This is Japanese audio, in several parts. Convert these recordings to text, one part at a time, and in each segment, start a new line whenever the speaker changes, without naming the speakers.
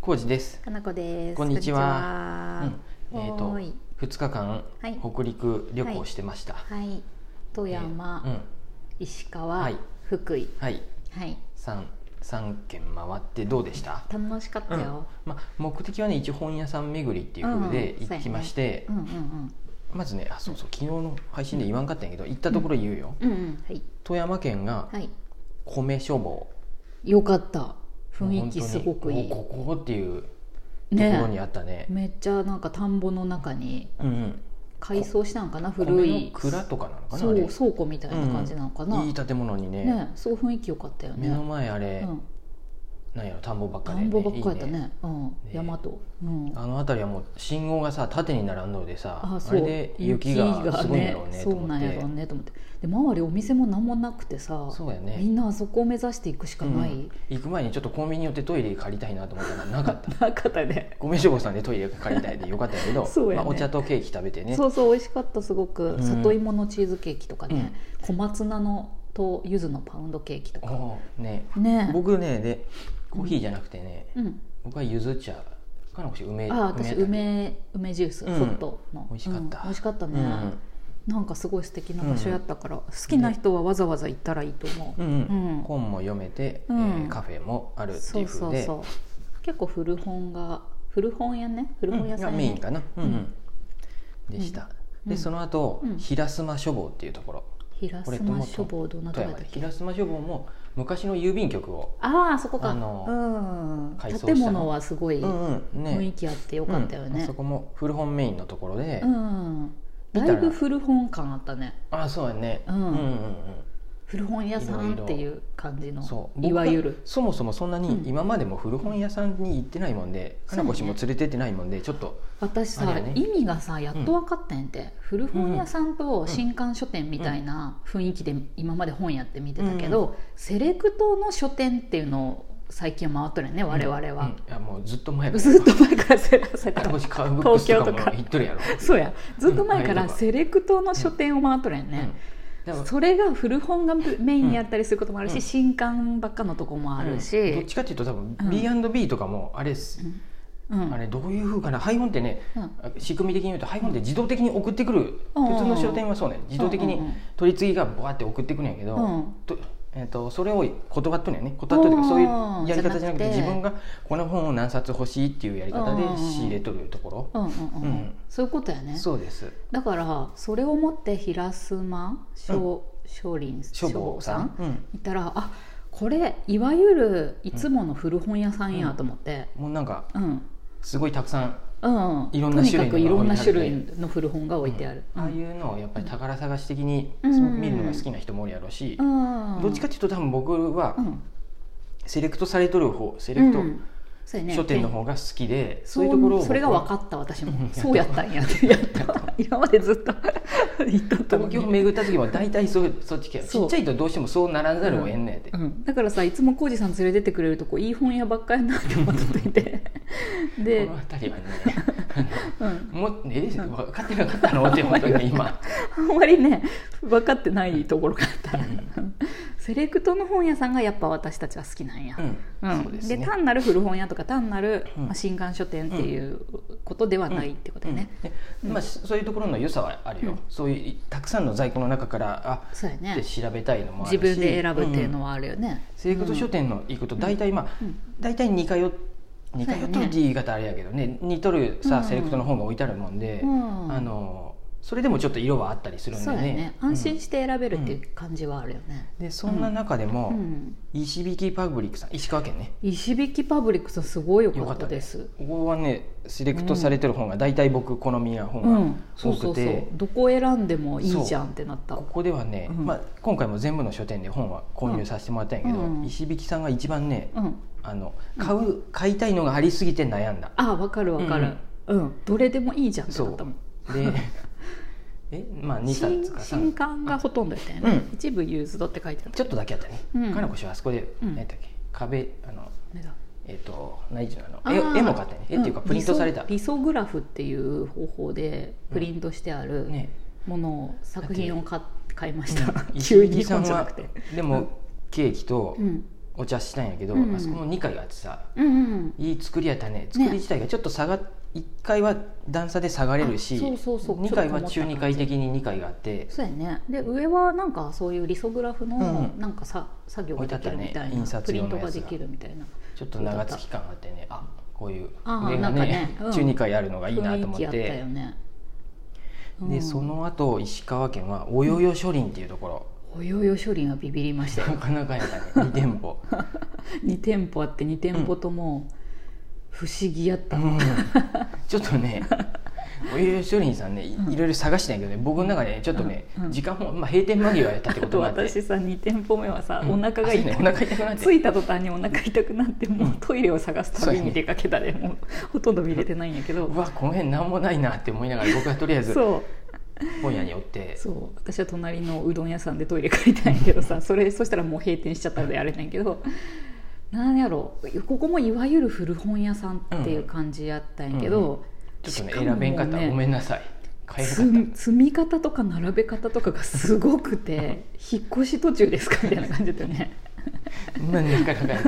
浩二です。
かなこです。
こんにち
は
うんえっ、
おー
と
い
二日間、
はい
北陸旅行してました。
はい。富山、
えーうん
石川、
はい
福井。
はい
はい。
三三県回ってどうでした？
楽しかったよ。
まあ目的はね一応本屋さん巡りっていう風で
うん
行きまして、
うん、うん、うん
まずねあそうそう昨日の配信で言わんかったんやけど行ったところ言うよ。
うん。うんうん。はい。
富山県が
はい。
米処方
よかった。雰囲気すごくい
もう
い。
ここっていうところに
ね
あったね。
めっちゃなんか田んぼの中に
うんうん。
改装したんかな古
古い
い。
蔵とかなのかな
そ
あ
う
れ
倉庫みたいな感じなのかな。
いい建物にね
ねそう雰囲気よかったよ
目の
ね。
前あれ、
うん。
なんやろ田んぼばっか
田
りで、
んぼばっかりやった
いい
ね。うん。山と。うん。
あの辺りはもう信号がさ縦に並んどるでさあ
あそう
れで雪がすごいんやろうねと
そう
思
な
っ
ん
て
やろうねと思ってで周りお店も何もなくてさ、
そうや
み
ね
んなあそこを目指していくしかない、
うん行く前にちょっとコンビニ寄ってトイレ借りたいなと思ったらな かった
なかったね
ごめんしょぼさんでトイレ借りたいでよかったんやけど
そうやね
まあ、お茶とケーキ食べてね
そうそう美味しかったすごく、
うん
里芋のチーズケーキとかね、小松菜のと柚子のパウンドケーキとか
おーね
ね
僕ねでコーヒーじゃなくてね、
うん、
僕はゆず茶かなこし梅
あ
梅だ
私
っ
梅梅ジュース、
うん
ホットの
美味しかった
うん美味しかった
け
ね、なんかすごい素敵な場所やったから、好きな人はわざわざ行ったらいいと思う、
うんうんうん
うん
本も読めて、
うん
えーカフェもあるって
そ
いう
う
ふ
そうう
で
そう結構古本が古本屋ね古本屋さ
うん
ん
がメ
や
イン
ね、
かな、うんうんでした、
うん
でその後、
うん
平妻書房っていうところ
平
これど
島
の
書房どんなと
富
こ
山
やった
で
っけ
平妻書房も昔の郵便局を、
ああそこか
あの改
う
装
ん
した
建物はすごい
うんうん
雰囲
ね
気あってよかった
う
よ
んあ
ね
そこも古本メインのところで、
うん
見た
だ
ら
いぶ古本感あったね
あそうやね、
うん
うんうん
古本屋さんって
い
い
ろ
う感じ
う
の
んそう
いわゆ
僕
る
はそもそもそんなに
うん
今までも古本屋さんに行ってないもんで、
そ
か
うね
なこ氏も連れてってないもんでちょっと
私
あ
さ
れやね
意味がさやっと分かったんやて古本屋さんと新刊書店みたいな雰囲気で今まで本やって見てたけどセレクトの書店っていうのを最近は回っとるよね我々
うん
はい
やもうずっと前から
ずっと前からセレクト
かなこ氏買うブックスとかも
東京とか
行っとるやろ、
そうやずっと前か
うんあれ
ら
とか
セレクトの書店を回っとるやん
うん
ね、
でも
それが古本がメインにあったりすることもあるし、
うん
新刊ばっかのとこもあるし、
うんどっちかっていうと多分
うん
B&B とかもあれです、
うん
あれどういうふうかな配本ってね
うん
仕組み的に言うと配本って自動的に送ってくる、
うん
普通の書店はそうね自動的に
うんうん
取り次ぎがバーって送ってくるんやけど、
うん
とえー、とそれを断っとるんやね断っとるというかそういうやり方じゃなくて
じゃなくて
自分がこの本を何冊欲しいっていうやり方で
うんうんうん
仕入れとるところ、
うんうんうん
うん
そういうことやね
そうです
だからそれをもって平妻松林
書房
松
さん、うん
行ったらあこれいわゆるいつもの古本屋さんやと思って、
もうなんか
うん
すごいたくさん、
うん
いろんな種類の
とにかくいろんな種類の古本が置いてある、
ああいうのをやっぱり宝探し的に、
うん
そう見るのが好きな人もおるやろうし、
うん
どっちかっていうと多分僕は
うん
セレクトされとる方セレク
う
ト
んそうやね
書店の
で
方が好きで、
そ
そう
うい
いう
う
とこ
とこ
ろ
ろ
を
それが分
っ
かった私
うんや
も
った
そうやった んやってやった今までずっと 言っとったの
東
に
京巡った時も大体そうそっち系や
そ
ち
う
っちゃいとどうしてもそうならざるを得んねんて、
うん、だからさいつも浩二さん連れてってくれるとこいい本屋ばっかりなって思って いてで
この、辺りはね
うん、
もうえ分かってなかったのって思ったね今
あんまりね分かってないところがあった、セレクトの本屋さんがやっぱ私たちは好きなんや、
うん、
うん
そうで
です
ね
単なる古本屋とか単なる、
うん
まあ、新刊書店っていうことではないってことよね、
うんでまあ、そういうところの良さはあるよ、
うん
そういうたくさんの在庫の中からあ
そうや
って
ね
調べたいのもあるし
自分で選ぶっていうの
は、
はあるよね、
うんセレクト書店の行くと大体まあ、
うん
大体似通っ似通っ
そう
と
やね
るって言い方あれやけどね似とるさ、
うん
セレクトの本が置いてあるもんで、
うん
あのそれでもちょっと色はあったりするんで
そう
ね
やね安心
し、
して選べるっていう感じはあるよね、
うんでそんな中でも、
うん
石引パブリックさん石川県ね
石引パブリックさんすごい良
よ
か
か
っ
ったた
で
ですすここはねセレクトされてる本が大体僕好みな
う
本
ん、
が
そ
多
うそ
く
うそ
て、
うどこ選んでもいいじゃんってなった
ここではね、
うん
まあ、今回も全部の書店で本は購入させてもらったんやけど、
うん
石引さんが一番ね
うん
あの買う買いたいのがありすぎて悩んだ
あわかるわかるうん、どれでもいいじゃんって
そ
なった
う
もん
で えまあ2
新
冊か
新
3
刊がほとんどやったよ
う
ね、
ん
一部ユーズドって書いてあった
ちょっとだけあったね、
うん
かなこ氏はあそこで、
うん
何やったっけ壁あの
目だ
えっ、と何時の
あ
あの
ー
絵絵も買ったね絵っていうか
ん
プリントされた、
リソリソグラフっていう方法でプリントしてある
ね
ものを作品を買買いまし
う
た
ん
急
石
に
井さん
本じゃな
は
くて
でも、ケーキと
うん
おお茶したんやけど、
うん
あそこの2階があってさ
うんうん
いい作りやったね作り自体がちょっと下が1階は段差で下がれるし
あそうそうそう
2階
ちょ
は
っとこもった
中2階的に2階があって
そうやねで上はなんかそういうリソグラフの
うん
なんかさ、作業ができるみ
置いてあ
た
った
い
ね
な
印刷
プリ
用
ン
の
ト
やつが
ができるみたいな
ちょっと長月感があってねあこういう
あー
上が
なん
ね
かねうん
中2階あるのがいいなと
雰囲
思っ
気あった
て
よ。ね、うん
でその後石川県はおよよ書林っていうところ、
保養用処理がビビりましたよ
なかなかやったね2店舗、
2店舗あって2店舗とも不思議やった、
うんちょっとねおよよ書林さんねいいろいろ探してんやけどね僕の中でねちょっとね、
うんうん
時間も、まあ、閉店間際やったってこ
あ
と
と
もあって
私さ2店舗目はさ、
うん
お腹が痛
あそ
い
うねお腹痛くなって
着いた途端にお腹痛くなってもうトイレを探す旅に出かけたで、もうほとんど見れてないんやけど
うわこの辺なんもないなって思いながら僕はとりあえず
そう
本屋に寄って
そう私は隣のうどん屋さんでトイレ借りたんやけどさそれそしたらもう閉店しちゃったんであれなんやけどなんやろうここもいわゆる古本屋さんっていう感じやったんやけど、
うんうんちょっと
し
ね
かもも
選
う
べんかった、ごめんなさい買えなか
積
った
み積み方とか並べ方とかがすご くて引っ越し途中ですかみたいな感じだったよね
何なかなか やっ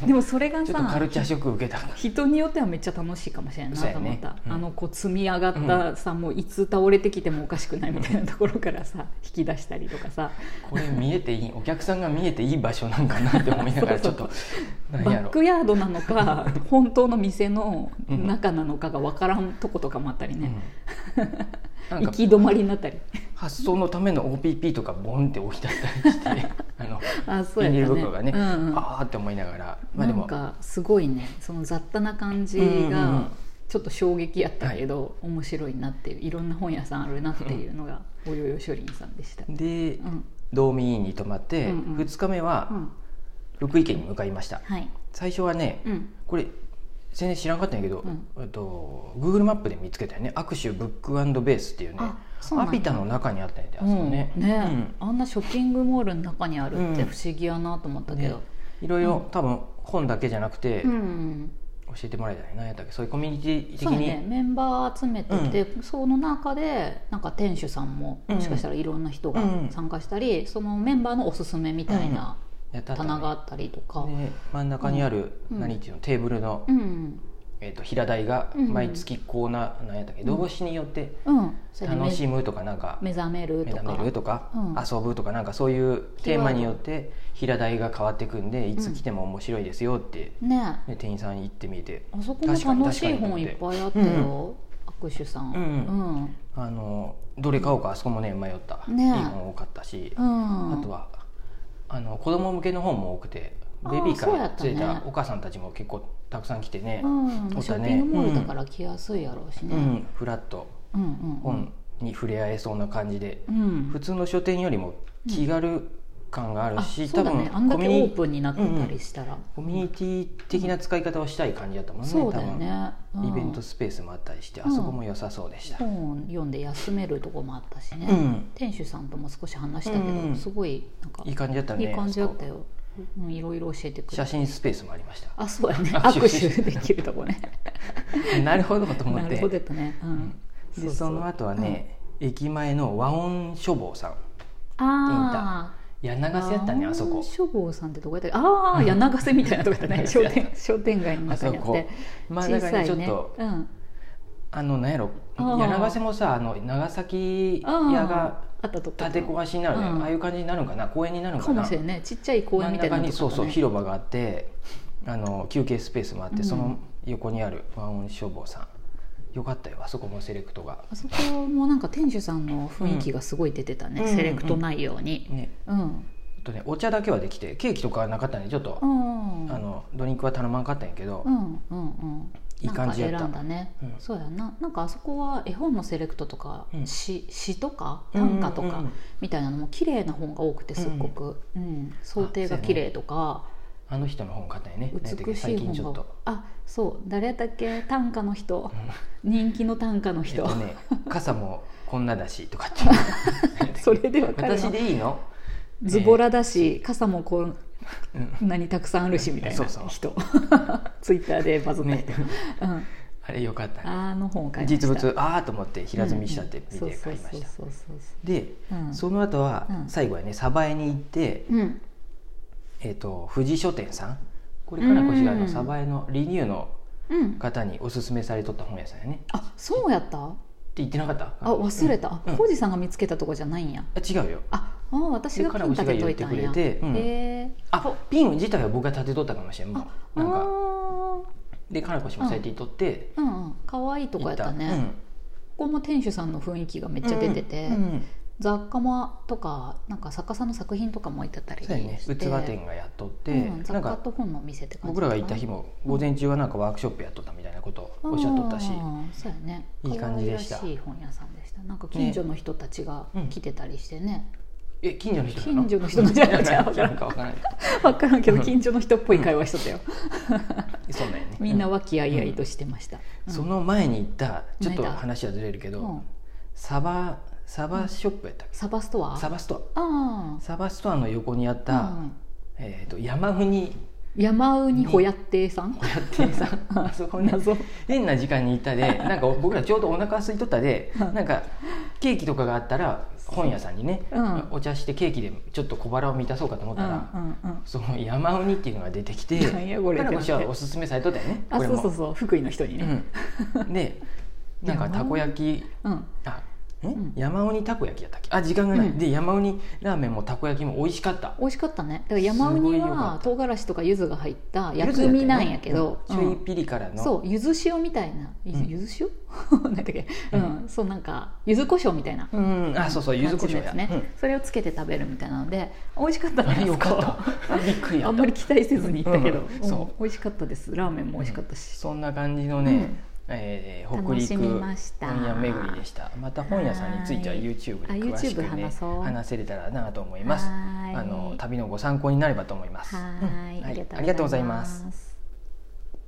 た
でもそれが
ちょっとカ
さ
ルチャーショック受けた
人によってはめっちゃ楽しいかもしれないなと思っ
そ
た、
うやねうん
あのこう積み上がったさ、もういつ倒れてきてもおかしくないみたいなところからさ引き出したりとかさ
これ見えていいお客さんが見えていい場所なんかなって思いながらち
そ
ょ
う
っ
そう
と
バ
なんや
ッ
ろ
クヤードなのか本当の店の中なのかがわからんとことかもあったりね、
うん、な
行
んか
き止まりになったり
発想のための OPP とかボンって置いてあったりして あの
あそう
ビニ
や
ール
ったね
袋がね、
うんうん
ああって思いながらまあ
な
でも
んかすごいねその雑多な感じ
うんうんうん
がちょっと衝撃やったけど、面白いなっていういろんな本屋さんあるなっていうのがおよよしょりんさんでした、
で、
うん
道民院に泊まって、
うんうん
2日目
う
は
ん、
福井県に向かいました、
はい、
最初はね、
うん、
これ全然知らんかったんやけど、
うん
えっと Google マップで見つけたよね握手ブックベースっていうね
あそうなん
ア
や
ピタの中にあったんやであそこ
うん
ね,、
ねあんなショッピングモールの中にあるって不思議やなと思っ
う
た
ん
け
で
ど、
いろいろ多分本だけじゃなくて、
うん
教
うん
えてもらえたら何やったっけそういうコミュニティ的
そうや
に
ねメンバー集めてて、その中でなんか店主さんも
うん
もしかしたらいろんな人が
うん
参加したり、そのメンバーのおすすめみたいな
やったったね
棚があったりとか、うん
で真ん中にある
うん
何っていうのテーブルの、
うん
えっと平台が
うん
毎月こうな何やったっけ
ん
動詞によって
それで
楽
目
しむとかなんか
目覚める
目
とか
覚めるとか、
うん
遊ぶとかなんかそういうテーマによって平台が変わってくんでいつ来ても面白いですよって、
ね
ね店員さんに言ってみて
あそこも楽しい本いっぱいあったよ、
確かに確かにと
握手さん
う
うん
ん、あのどれ買おうかあそこもね迷った、
ね
いい本多かったし、
うん
あとはあの子供向けの本も多くて
あー
ベビーカ
そうやっ
ー
た
連
ね
れたお母さんたちも結構たくさん来てね、
うん
おったね
ショッピングモールだから来やすいやろうし
う
ね、
ん
うん
フラッと
うんうん
本に触れ合えそうな感じで、
うん
普通の書店よりも気軽感がある
あ
し、
そ
多
うだ
分
ねあんだ
コ
け
ミ
オ
ュニ
ープンになってたりしたら、
コミュニティ的な使い方をしたい感じだったもんね
そうだよね、
多分イベント
ス
スペースもあったりして、
うん
あそこも良さそうでした、
本読んで休めるとこもあったしね、
うん
店主さんとも少し話したけど、
うんうん
すごいなんか
いい感じだったね
いい感じだったよ、うん、いろいろ教えてく
写
れた
真スペースもありました
あそうやね
握手
握手できるとこね
なるほどと思
な
っ
る
て
ほどやったね、うん、
でその後はね、駅前の和音書房さん
ああ
いや長瀬やったねあそこ
消防さんってどこやったっけああ柳瀬みたいなとこやったね商店商店街の
あ
中
そ
にあっ
こ
て
まあだからねちょっと
うん、
あのなんやろ
あー
いや長瀬もさあの長崎
あー
屋が
あったとこ
建て壊しになるね、
うん
ああいう感じになるんかな公園になるん
か
かな
もしれんねちっちゃい公園みたいな
真ん中
とこ
にそうそう
ね
広場があってあの休憩スペースもあって、
うん
その横にある和音書房さんよかったよあそこもセレクトが
あそこもなんか店主さんの雰囲気がすごい出てたね、
うん
セレクトないように
ね
うん、
あとねお茶だけはできてケーキとかはなかったんでちょっと、
うん
あのドリンクは頼まんかったんやけど、
うんうんうん
いい感じやった
なんか選んだね、
うん
そうやななんかあそこは絵本のセレクトとか、
うん
詩詩とか短歌と
うんうんう
か
ん
みたいなのも綺麗な本が多くてすっごく、うん想定が綺麗とか、
あの人の本買ったんやね何やったっけ
美し
最
い
近ちょ
本
っ
が
と。
あそう誰だっけ短歌の人人気の短歌の
えっ
人、
と ね、傘もこんなだしとかって
それでわかる
私
の
でいいの
ズボラだし傘もこう
うん
何たくさんあるしみたいな
そ
人
うそう
ツイッターでバズった
ね
人、うん、
あれよかったね
あの本を買いました
実物ああと思って平積みしたって見て買いました
うんうんそうそうそうそう
で
そううん
その後は
うん
最後はね鯖江に行って
うん
えー、と富士書店さんこれからこちら
う
の
ん
鯖江のリニューの
うん
方におすすめされとった本屋さんやねって
あそうやった
言ってなかった
あ忘れたあ
うん
浩二さんが見つけたとこじゃないんや
あ違うよ
ああ私がピン立てといたん
で彼女が言っ
や
てくれてうん
へえ
あピン自体は僕が立てとったかもしれんも
あ
う
あ
なんか
ー
でかなこ氏も最近とって
うんうん可愛いとこやったね、
行
ここも店主さんの雰囲気がめっちゃ出てて、
うんうんうん
雑貨もとかなんか作家さんの作品とかも置いてたりし
そう
て、
やね器店がやっとって
うん、
な
雑
ん
貨
か
と本のお店って感じ
僕らが行った日も午前中はなんかワークショップやっとったみたいなことをおっしゃっとったし
うんそうやね
いい感じでした
可愛らしい本屋さんでしたなんか近所の人たちが来てたりしてね、
え近所の人な
近所の人なんじゃない
なんかわからない
分からんけど近所の人っぽい会話しとったよ、
そうなんやね
みんな和気あいあいとしてました、うん
その前に行ったちょっと
何だ
話はずれるけ
う
ど
ん
サバサバショップやったっ
サバストア
けサバスト
あ
アサバストアの横にあっ
あ、う
た
ん
えーと山国
山うにほやってさん
店さんあそこに
謎
変な時間に行ったで なんか僕らちょうどお腹空いとったでなんかケーキとかがあったら本屋さんにね、
うん
お茶してケーキでちょっと小腹を満たそうかと思ったら、
うんうん
その山ウニっていうのが出てきて
なんやこれ
からこっちはおすすめされとったよね
あ
これ
そう
も
そうそう福井の人にね、
うんでなんかたこ焼き
うん
あん、
ん
山ウニたこ焼きやったっけあ時間がない、
うん
で山ウニラーメンもたこ焼きも美味しかった
美味しかったねだから山う
すごい
に
よかっ
は
た
唐辛子とか柚子が入った
ゆ
薬
ずやったよね
味なんやけど、
うん
うん
ちょいピリ辛の
そう柚子塩みたいなゆ
うん
柚子塩 なんだっけ、うんそうなんか柚子胡椒みたいな
うんあそうそう柚子胡椒や、
感じのやつねそれをつけて食べるみたいなので美味しかった
う
ね
ん、 よか
あそこ
ったびっくりや
あ
っ
ん
た
まり期待せずに行ったけど、
うん
うん
そ
美味しかったですラーメンも美味しかったし、
そんな感じのね、
うん
えー北
楽し
陸
みました
本屋巡りでしたまた本屋さんについては
はい
YouTube で
あ
詳しく
YouTube
ね
話そう
話せれたらなと思います
はーい
あの旅のご参考になればと思います
は
うん
ーい、
はい
ありがとうございま
ありがとうございます
す